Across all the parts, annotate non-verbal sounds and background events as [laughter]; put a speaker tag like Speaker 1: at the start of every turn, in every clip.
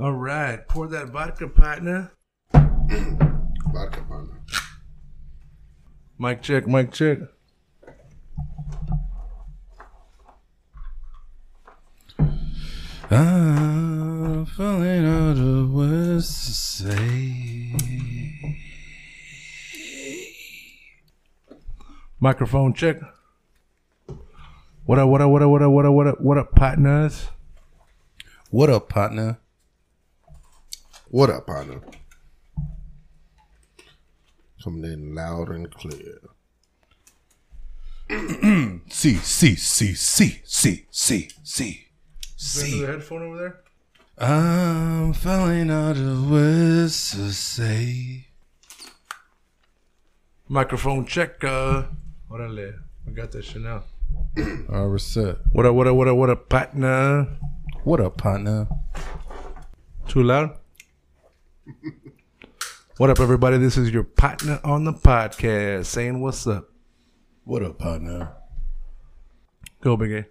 Speaker 1: All right, pour that vodka, partner.
Speaker 2: Vodka partner.
Speaker 1: Mic check, mic check.
Speaker 3: I'm falling out of words to say.
Speaker 1: Microphone check. What up, what up, what up, what up, what up, what up, what up, partners?
Speaker 3: What up, partner?
Speaker 2: What up, partner? Coming in loud and clear.
Speaker 3: C C C C C C C C.
Speaker 1: Another headphone over there?
Speaker 3: I'm falling out of words to say.
Speaker 1: Microphone check. Uh, Órale, we got that shit now.
Speaker 3: [clears throat] All right, set.
Speaker 1: What up, what up, what up, what up, partner?
Speaker 3: What up, partner?
Speaker 1: Too loud? [laughs] what up, everybody? This is your partner on the podcast saying what's up.
Speaker 3: What up, partner?
Speaker 1: Go, Big A.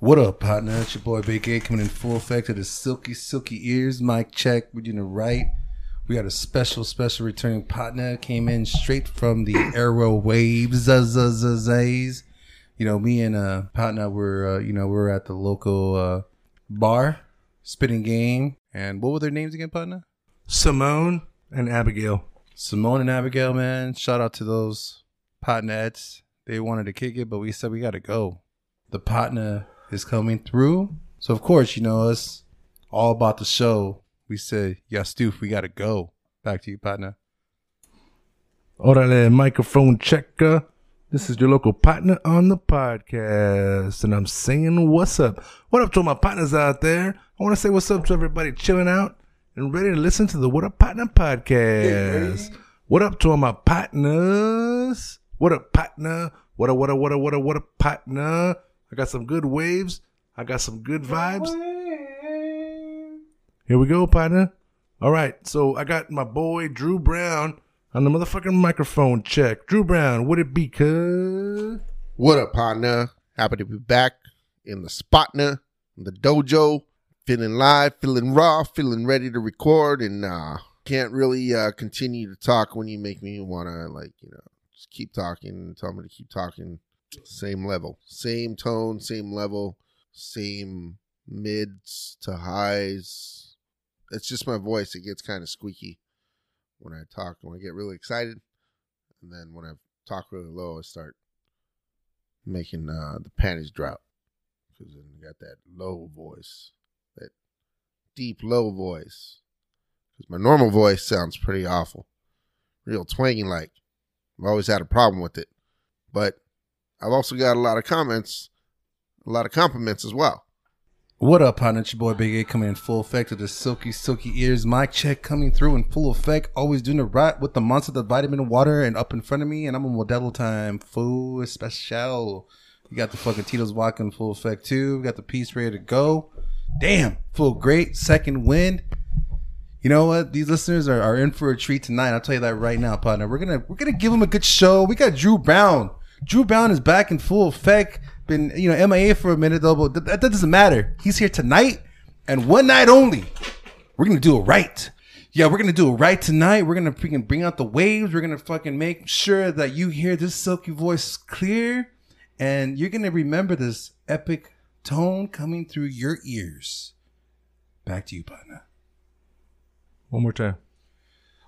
Speaker 3: What up, partner? It's your boy Big A coming in full effect of the silky, silky ears. Mic check. We're doing it right. We got a special, special returning partner. Came in straight from the airwaves. Zazazazays. You know, me and uh partner were uh, you know, we were at the local uh bar, spitting game. And what were their names again, partner?
Speaker 1: Simone and Abigail.
Speaker 3: Simone and Abigail, man. Shout out to those potnets. They wanted to kick it, but we said we got to go. The partner is coming through. So, of course, you know, us all about the show. We said, yeah, Stoof, we got to go. Back to you, partner.
Speaker 1: Orale microphone checker. This is your local partner on the podcast, and I'm saying what's up. What up to all my partners out there? I want to say what's up to everybody chilling out and ready to listen to the What Up Partner podcast. What up to all my partners? What up, partner? What up, what up, what up, what up, what up, partner? I got some good waves. I got some good vibes. Here we go, partner. All right, so I got my boy Drew Brown on the motherfucking microphone check. Drew Brown, would it be cuz?
Speaker 2: What up, partner? Happy to be back in the spotner, in the dojo, feeling live, feeling raw, feeling ready to record, and uh, can't really uh, continue to talk when you make me wanna like you know just keep talking and tell me to keep talking. Same level, same tone, same level, same mids to highs. It's just my voice; it gets kind of squeaky when I talk. When I get really excited, and then when I talk really low, I start making uh, the panties drop because then you got that low voice, that deep low voice. Because my normal voice sounds pretty awful, real twangy like. I've always had a problem with it, but I've also got a lot of comments, a lot of compliments as well.
Speaker 3: What up, partner? It's your boy Big A coming in full effect of the silky, silky ears. Mic check coming through in full effect. Always doing the right with the monster, the vitamin water, and up in front of me. And I'm on Modelo time. Full special. You got the fucking Tito's Vodka in full effect too. We got the piece ready to go. Damn. Full great. Second wind. You know what? These listeners are, are in for a treat tonight. I'll tell you that right now, partner. We're gonna we're gonna give them a good show. We got Drew Brown. Drew Brown is back in full effect. Been you know MIA for a minute though, but that, that doesn't matter. He's here tonight and one night only. We're gonna do it right. Yeah, we're gonna do it right tonight. We're gonna freaking bring out the waves. We're gonna fucking make sure that you hear this silky voice clear, and you're gonna remember this epic tone coming through your ears. Back to you, partner.
Speaker 1: One more time.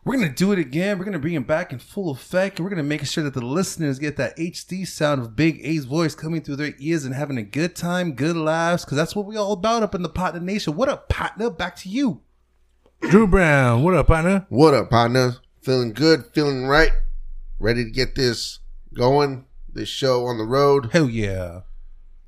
Speaker 3: We're gonna do it again. We're gonna bring it back in full effect, and we're gonna make sure that the listeners get that HD sound of Big A's voice coming through their ears and having a good time, good laughs, because that's what we all about up in the Partner Nation. What up, partner? Back to you.
Speaker 1: Drew Brown, what up, partner?
Speaker 2: What up, partner? Feeling good, feeling right, Ready to get this going, this show on the road.
Speaker 3: Hell yeah.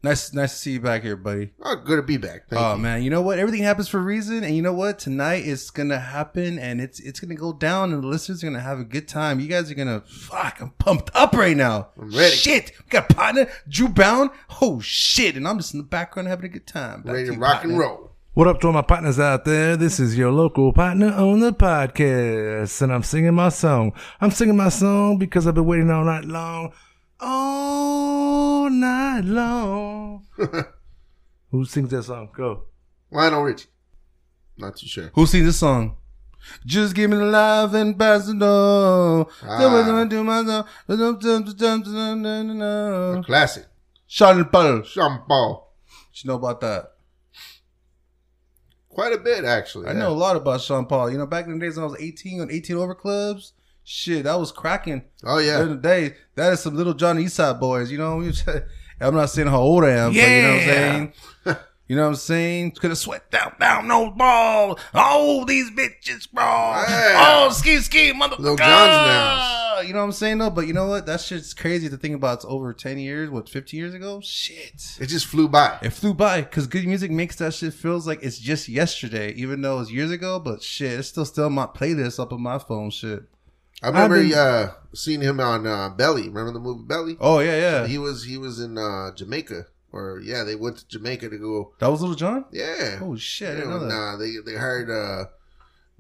Speaker 3: Nice, nice to see you back here, buddy.
Speaker 2: Oh, good to be back. Thank
Speaker 3: oh
Speaker 2: you.
Speaker 3: man, you know what? Everything happens for a reason, and you know what? Tonight it's gonna happen, and it's it's gonna go down, and the listeners are gonna have a good time. You guys are gonna fuck. I'm pumped up right now.
Speaker 2: I'm ready.
Speaker 3: Shit, we got partner Drew Bound. Oh shit, and I'm just in the background having a good time. Back
Speaker 2: Ready to
Speaker 3: you,
Speaker 2: rock and
Speaker 3: partner.
Speaker 2: roll.
Speaker 1: What up to all my partners out there? This is your local partner on the podcast, and I'm singing my song. I'm singing my song because I've been waiting all night long. All night long.
Speaker 2: [laughs]
Speaker 1: Who sings that song? Go.
Speaker 2: Lionel Richie. Not too sure.
Speaker 3: Who sings this song? Just give me the life and pass the door.
Speaker 2: Ah.
Speaker 3: Do my song.
Speaker 2: A classic.
Speaker 3: Sean Paul.
Speaker 2: Sean Paul.
Speaker 3: You know about that?
Speaker 2: Quite a bit, actually.
Speaker 3: I
Speaker 2: yeah.
Speaker 3: know a lot about Sean Paul. You know, back in the days when I was 18 on 18 over clubs, shit, that was cracking.
Speaker 2: Oh,
Speaker 3: Back
Speaker 2: yeah.
Speaker 3: in the day, that is some little Johnny Eastside boys. You know, [laughs] I'm not saying how old I am, but you know what
Speaker 1: Yeah.
Speaker 3: I'm
Speaker 2: [laughs]
Speaker 3: saying? You know what I'm saying? Could have sweat down, down those balls. Oh, these bitches, bro.
Speaker 2: Yeah.
Speaker 3: Oh, ski, ski, motherfucker.
Speaker 2: Lil Jon's now.
Speaker 3: You know what I'm saying, though? But you know what? That shit's crazy to think about. It's over 10 years, what, 15 years ago? Shit.
Speaker 2: It just flew by.
Speaker 3: It flew by because good music makes that shit feels like it's just yesterday, even though it's years ago. But shit, it's still still on my playlist up on my phone. Shit.
Speaker 2: I remember
Speaker 1: been-
Speaker 2: uh, seeing him on uh, Belly. Remember the movie Belly?
Speaker 3: Oh yeah, yeah.
Speaker 2: He was he was in uh, Jamaica, or yeah, they went to Jamaica to go.
Speaker 3: That was Little John.
Speaker 2: Yeah,
Speaker 3: Oh shit, I
Speaker 2: You
Speaker 3: didn't
Speaker 2: know,
Speaker 3: know that.
Speaker 2: nah, they they hired uh,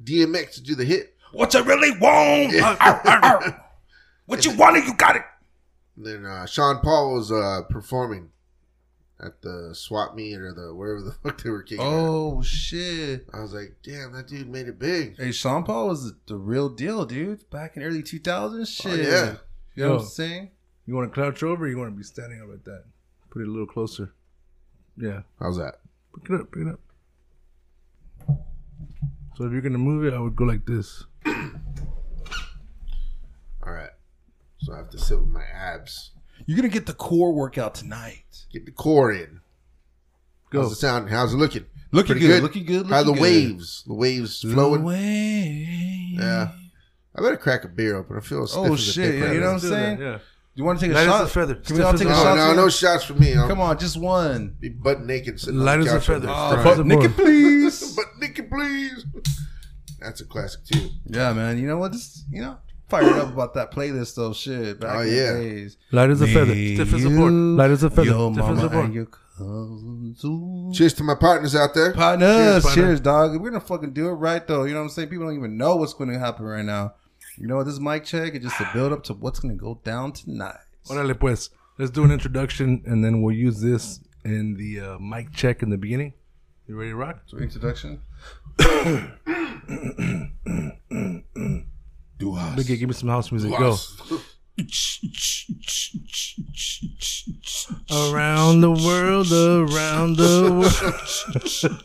Speaker 2: DMX to do the hit.
Speaker 3: What you really want?
Speaker 2: Yeah.
Speaker 3: Arr, arr, arr. What you wanted, you got it.
Speaker 2: And then uh, Sean Paul was uh, performing at the swap meet or the wherever the [laughs] fuck they were kicking. Oh.
Speaker 3: Oh shit.
Speaker 2: I was like, damn, that dude made it big.
Speaker 3: Hey, Sean Paul was the real deal, dude. Back in early 2000s, shit.
Speaker 2: Oh, yeah.
Speaker 3: You know what
Speaker 1: Yo.
Speaker 3: I'm saying?
Speaker 1: You want to crouch over or you want to be standing up like that? Put it a little closer. Yeah.
Speaker 2: How's that?
Speaker 1: Pick it up, pick it up. So if you're going to move it, I would go like this.
Speaker 2: All right. So I have to sit with my abs,
Speaker 3: You're gonna get the core workout tonight.
Speaker 2: get the core in.
Speaker 1: Go.
Speaker 2: How's the sound? How's it looking?
Speaker 3: Looking
Speaker 2: Pretty
Speaker 3: good,
Speaker 2: good.
Speaker 3: Looking good. Looking
Speaker 2: How the
Speaker 3: good.
Speaker 2: waves? The waves flowing.
Speaker 3: Wave.
Speaker 2: Yeah. I better crack a beer open. I feel stiff
Speaker 3: Oh,
Speaker 2: as a
Speaker 3: shit,
Speaker 2: dick
Speaker 3: yeah,
Speaker 2: right
Speaker 3: you
Speaker 2: now.
Speaker 3: know- I'm
Speaker 1: Let's do
Speaker 3: saying?
Speaker 1: that, yeah.
Speaker 3: You want to take a
Speaker 1: Light as
Speaker 3: shot?
Speaker 1: a feather.
Speaker 3: Can we all
Speaker 1: Stiff
Speaker 3: take a
Speaker 1: as a-
Speaker 2: No,
Speaker 3: shot?
Speaker 2: no, no
Speaker 3: together?
Speaker 2: shots for me. I'll
Speaker 3: Come on, just one.
Speaker 2: be butt naked sitting
Speaker 1: Light
Speaker 2: on
Speaker 1: as
Speaker 2: the
Speaker 1: a
Speaker 2: couch
Speaker 1: feather.
Speaker 2: all
Speaker 1: Oh,
Speaker 2: day.
Speaker 1: fuck.
Speaker 2: Right.
Speaker 1: Nick it,
Speaker 3: [laughs] please.
Speaker 2: Butt naked, please. That's a classic too.
Speaker 3: yeah, man. You know what? Just you know, fired up about that playlist though. Shit. Back
Speaker 2: Oh,
Speaker 3: in the
Speaker 2: yeah.
Speaker 3: days.
Speaker 1: Light as a feather.
Speaker 3: Me,
Speaker 1: Stiff as a board.
Speaker 3: you,
Speaker 1: Light as a feather.
Speaker 3: Your
Speaker 1: Stiff as
Speaker 3: mama
Speaker 1: a
Speaker 3: and
Speaker 1: board.
Speaker 3: your cousins. Ooh.
Speaker 2: Cheers to my partners out there.
Speaker 3: Partners,
Speaker 1: Cheers,
Speaker 3: cheers,
Speaker 1: partner.
Speaker 3: dog. We're gonna fucking do it right though. You know what I'm saying? People don't even know what's gonna happen right now. You know what? This mic check is just a build up to what's gonna go down tonight.
Speaker 1: Órale, pues. Let's do an introduction and then we'll use this in the uh, mic check in the beginning. You ready to rock?
Speaker 3: So introduction. do us.
Speaker 1: Big Gay, give me some house music. Go. Around the world, around the world.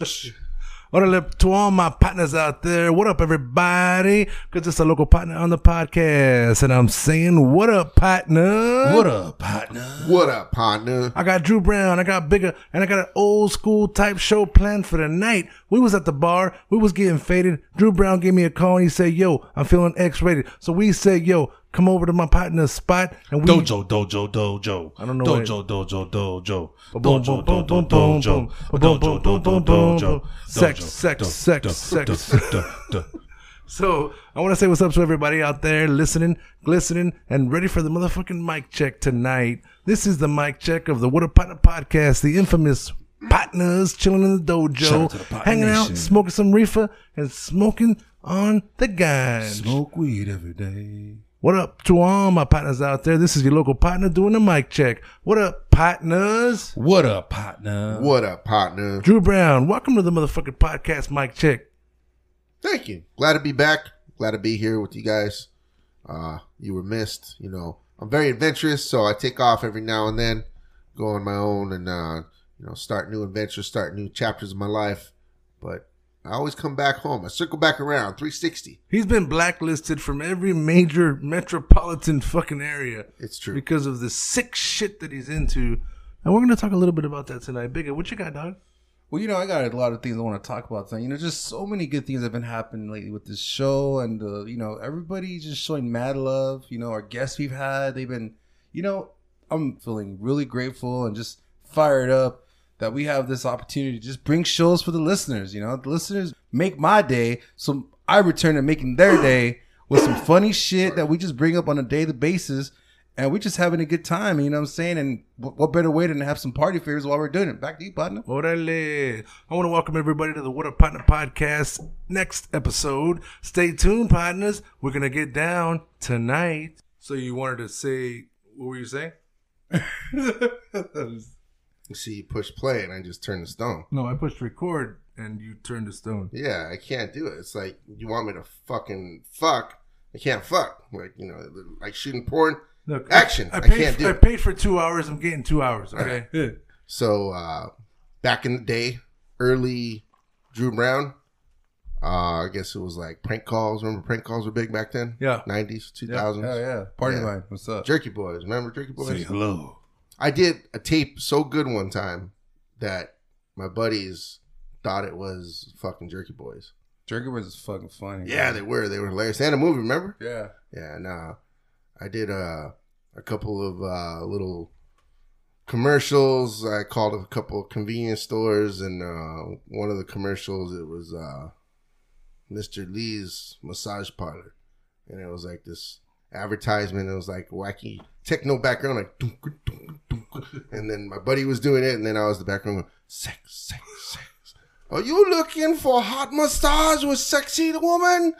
Speaker 1: Órale, to all my partners out there, what up, everybody? Because it's a local partner on the podcast, and I'm saying, what up, partner?
Speaker 3: What up, partner?
Speaker 2: What up, partner?
Speaker 1: I got Drew Brown, I got Bigger, and I got an old school type show planned for the night. We was at the bar, we was getting faded. Drew Brown gave me a call and he said, "Yo, I'm feeling X-rated." So we said, "Yo, come over to my partner's spot." And we
Speaker 4: Dojo, dojo, dojo.
Speaker 1: I don't know
Speaker 4: Dojo, dojo, dojo.
Speaker 1: Boom,
Speaker 4: Dojo,
Speaker 1: boom, boom, boom,
Speaker 4: dojo,
Speaker 1: boom,
Speaker 4: dojo.
Speaker 1: boom. Boom, boom,
Speaker 4: Dojo,
Speaker 1: boom,
Speaker 4: dojo,
Speaker 1: boom, boom, boom.
Speaker 4: dojo.
Speaker 1: Sex,
Speaker 4: Dojo,
Speaker 1: sex,
Speaker 4: do-
Speaker 1: sex,
Speaker 4: do-
Speaker 1: sex.
Speaker 4: do- do- do-
Speaker 1: So I want to say what's up to everybody out there listening, glistening, and ready for the motherfucking mic check tonight. This is the mic check of the What a Partner podcast, the infamous partners chilling in the
Speaker 3: Shout
Speaker 1: dojo,
Speaker 3: out to the Partner
Speaker 1: hanging out,
Speaker 3: Nation.
Speaker 1: smoking some reefer, and smoking on the guys.
Speaker 3: Smoke weed every day.
Speaker 1: What up to all my partners out there? This is your local partner doing a mic check. What up, partners?
Speaker 3: What up, partner?
Speaker 2: What up, partner?
Speaker 1: Drew Brown, welcome to the motherfucking podcast mic check.
Speaker 2: Thank you. Glad to be back. Glad to be here with you guys. Uh, you were missed. You know, I'm very adventurous, so I take off every now and then, go on my own, and uh, you know, start new adventures, start new chapters of my life. But I always come back home. I circle back around 360.
Speaker 1: He's been blacklisted from every major metropolitan fucking area
Speaker 2: It's true.
Speaker 1: because of the sick shit that he's into. And we're going to talk a little bit about that tonight. Bigger, what you got, dog?
Speaker 3: Well, you know, I got a lot of things I want to talk about. Tonight. You know, just so many good things have been happening lately with this show, and uh, you know, everybody just showing mad love. You know, our guests we've had, they've been, you know, I'm feeling really grateful and just fired up that we have this opportunity to just bring shows for the listeners. You know, the listeners make my day, so I return to making their day with some funny shit that we just bring up on a daily basis. And we're just having a good time, you know what I'm saying? And wh- what better way than to have some party favors while we're doing it? Back to you, partner.
Speaker 1: Orale. I want to welcome everybody to the What Up Partner Podcast next episode. Stay tuned, partners. We're going to get down tonight. So you wanted to say, what were you saying?
Speaker 2: You see, you push play and I just turn to stone.
Speaker 1: No, I pushed record and you turned to stone.
Speaker 2: Yeah, I can't do it. It's like you want me to fucking fuck. I can't fuck. Like you know, like shooting porn.
Speaker 1: Look,
Speaker 2: Action.
Speaker 1: I,
Speaker 2: I
Speaker 1: paid,
Speaker 2: can't do
Speaker 1: I
Speaker 2: it.
Speaker 1: paid for two hours. I'm getting two hours, okay?
Speaker 2: So uh back in the day, early Drew Brown. Uh, I guess it was like prank calls. Remember prank calls were big back then?
Speaker 1: Yeah.
Speaker 2: Nineties, two
Speaker 3: Oh
Speaker 2: thousands.
Speaker 3: yeah, party
Speaker 2: Yeah.
Speaker 3: line. What's up?
Speaker 2: Jerky Boys. Remember Jerky Boys?
Speaker 4: Say hello.
Speaker 2: I did a tape so good one time that my buddies thought it was fucking Jerky Boys.
Speaker 3: Jerky was fucking funny.
Speaker 2: Yeah, they were. They were hilarious. They had a movie, remember?
Speaker 3: yeah.
Speaker 2: Yeah, nah. I did uh, a couple of uh, little commercials. I called a couple of convenience stores, and uh, one of the commercials it was uh, Mr. Lee's massage parlor, and it was like this advertisement. It was like wacky techno background, like dunk, dunk, dunk. and then my buddy was doing it, and then I was the background going sex, sex, sex. Are you looking for hot massage with sexy woman?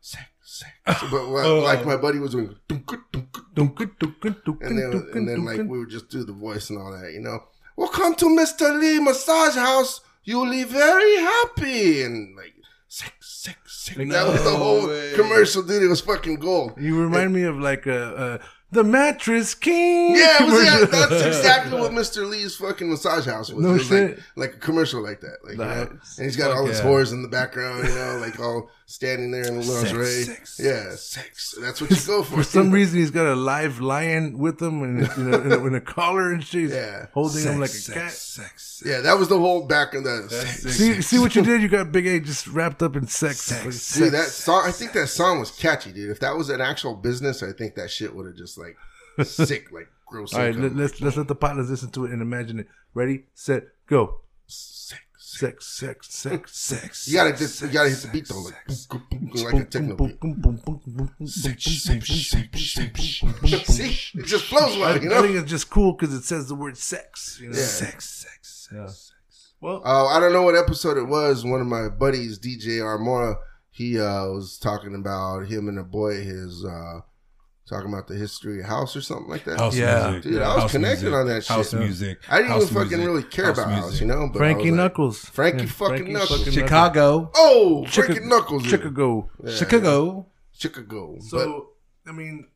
Speaker 2: Sex, sex. But like,
Speaker 1: Oh.
Speaker 2: like my buddy was doing, dunk, dunk, dunk, dunk, dunk, and then, and then like we would just do the voice and all that, you know. Welcome to Mr. Lee Massage House. You'll leave very happy and like sex, sex, sex. that was the whole commercial, dude. It was fucking gold.
Speaker 1: You remind me of like a, a The Mattress King.
Speaker 2: Yeah, it was, yeah,
Speaker 1: commercial. [laughs]
Speaker 2: that's exactly what Mr. Lee's fucking massage house was.
Speaker 1: No
Speaker 2: it was
Speaker 1: shit.
Speaker 2: Like, like a commercial like that. Like, you know,
Speaker 1: Nice.
Speaker 2: and he's got all his
Speaker 3: yeah.
Speaker 2: whores in the background, you know, like all standing there in lingerie.
Speaker 1: sex,
Speaker 2: yeah, sex. That's what you go for.
Speaker 1: For some reason, he's got a live lion with him and in a, in a, in a collar and shit. He's
Speaker 2: Yeah.
Speaker 1: holding him like a
Speaker 3: Sex,
Speaker 1: cat.
Speaker 3: Sex,
Speaker 2: Yeah, that was the whole back of the.
Speaker 3: sex, sex.
Speaker 1: See, see what you did? You got Big A just wrapped up in sex. Like,
Speaker 2: Dude, that song. I think that song was catchy, dude. If that was an actual business, I think that shit would have just like sick, like gross.
Speaker 1: All right,
Speaker 2: income.
Speaker 1: let, let's let's let the partners listen to it and imagine it. Ready, set, go.
Speaker 2: Sick.
Speaker 1: Sex, sex, sex, sex.
Speaker 2: You gotta just you gotta hit the beat though, like, boom, boom, boom, like a techno beat. See, it just flows
Speaker 1: I,
Speaker 2: well, you
Speaker 1: I
Speaker 2: know.
Speaker 1: think it's just cool because it says the word sex. You know?
Speaker 2: Yeah.
Speaker 1: Sex, sex, sex. Well,
Speaker 2: Uh, I don't know what episode it was. One of my buddies, DJ Armora, he uh, was talking about him and a boy, his uh, talking about the history of house or something like that.
Speaker 4: House
Speaker 1: Yeah.
Speaker 4: music.
Speaker 2: Dude, I was connected
Speaker 4: music.
Speaker 2: on that shit.
Speaker 4: House music.
Speaker 2: I didn't
Speaker 4: House
Speaker 2: even fucking
Speaker 4: music.
Speaker 2: really care
Speaker 4: House
Speaker 2: about house,
Speaker 4: music.
Speaker 2: you know. But I
Speaker 1: Frankie
Speaker 2: was like,
Speaker 1: Knuckles.
Speaker 2: Frankie
Speaker 1: Yeah,
Speaker 2: fucking Knuckles.
Speaker 3: Chicago,
Speaker 2: Oh,
Speaker 1: Chica-
Speaker 2: Frankie Knuckles, dude.
Speaker 1: Chicago.
Speaker 3: Chicago.
Speaker 2: Chicago. But
Speaker 1: So, I mean,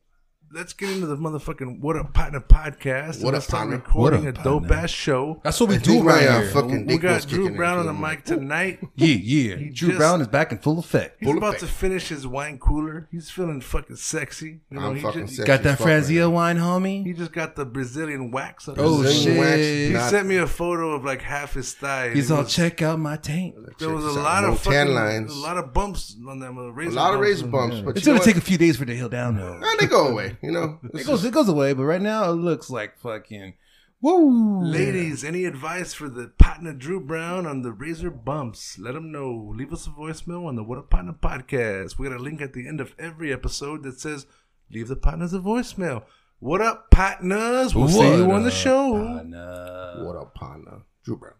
Speaker 1: let's get into the motherfucking What Up Partner podcast. and
Speaker 2: What Up,
Speaker 1: let's start
Speaker 2: Partner?
Speaker 1: recording
Speaker 3: What
Speaker 1: a
Speaker 3: Up,
Speaker 1: dope
Speaker 3: partner?
Speaker 1: ass show.
Speaker 3: That's what we
Speaker 2: I
Speaker 3: do
Speaker 2: think my
Speaker 3: right
Speaker 2: uh,
Speaker 3: here.
Speaker 2: fucking
Speaker 1: We
Speaker 2: dick was
Speaker 1: got Drew
Speaker 2: kicking
Speaker 1: Brown
Speaker 2: in
Speaker 1: on the
Speaker 2: for a minute.
Speaker 1: mic tonight.
Speaker 3: yeah, yeah.
Speaker 1: He
Speaker 3: Drew
Speaker 1: just-
Speaker 3: Brown is back in full effect.
Speaker 1: He's
Speaker 2: Full
Speaker 1: about
Speaker 2: effect.
Speaker 1: to finish his wine cooler. He's feeling fucking sexy. You know,
Speaker 2: I'm
Speaker 1: he
Speaker 2: fucking
Speaker 1: just,
Speaker 2: sexy.
Speaker 3: Got that
Speaker 2: as fuck right
Speaker 3: Franzia
Speaker 2: now.
Speaker 3: wine, homie.
Speaker 1: He just got the Brazilian wax. Up
Speaker 3: Oh,
Speaker 1: his-
Speaker 2: Brazilian wax,
Speaker 3: shit.
Speaker 1: He
Speaker 2: not-
Speaker 1: sent me a photo of like half his thigh. and
Speaker 3: He's
Speaker 1: it
Speaker 3: all
Speaker 1: was-
Speaker 3: check out my tank.
Speaker 1: There was
Speaker 2: Check this
Speaker 1: a
Speaker 2: out.
Speaker 1: lot
Speaker 2: No
Speaker 1: of fucking,
Speaker 2: tan lines.
Speaker 1: a lot of bumps on them. uh,
Speaker 2: A
Speaker 1: razor
Speaker 2: lot of
Speaker 1: bumps.
Speaker 2: razor bumps, but
Speaker 3: It's
Speaker 2: you know
Speaker 3: gonna
Speaker 2: what?
Speaker 3: take a few days for the hill down though.
Speaker 2: Ah, they
Speaker 3: [laughs]
Speaker 2: go away, you know.
Speaker 3: It goes, it goes away, but right now it looks like fucking woo.
Speaker 1: Ladies, any advice for the partner Drew Brown on the Razor Bumps? Let him know. Leave us a voicemail on the What a Partner podcast. We got a link at the end of every episode that says, Leave the partners a voicemail. What up, partners? We'll see you
Speaker 3: What
Speaker 1: on the
Speaker 3: up,
Speaker 1: show.
Speaker 3: partner?
Speaker 2: What up, partner? Drew Brown.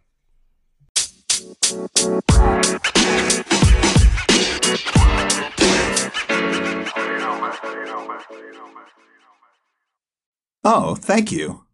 Speaker 5: Oh, thank you.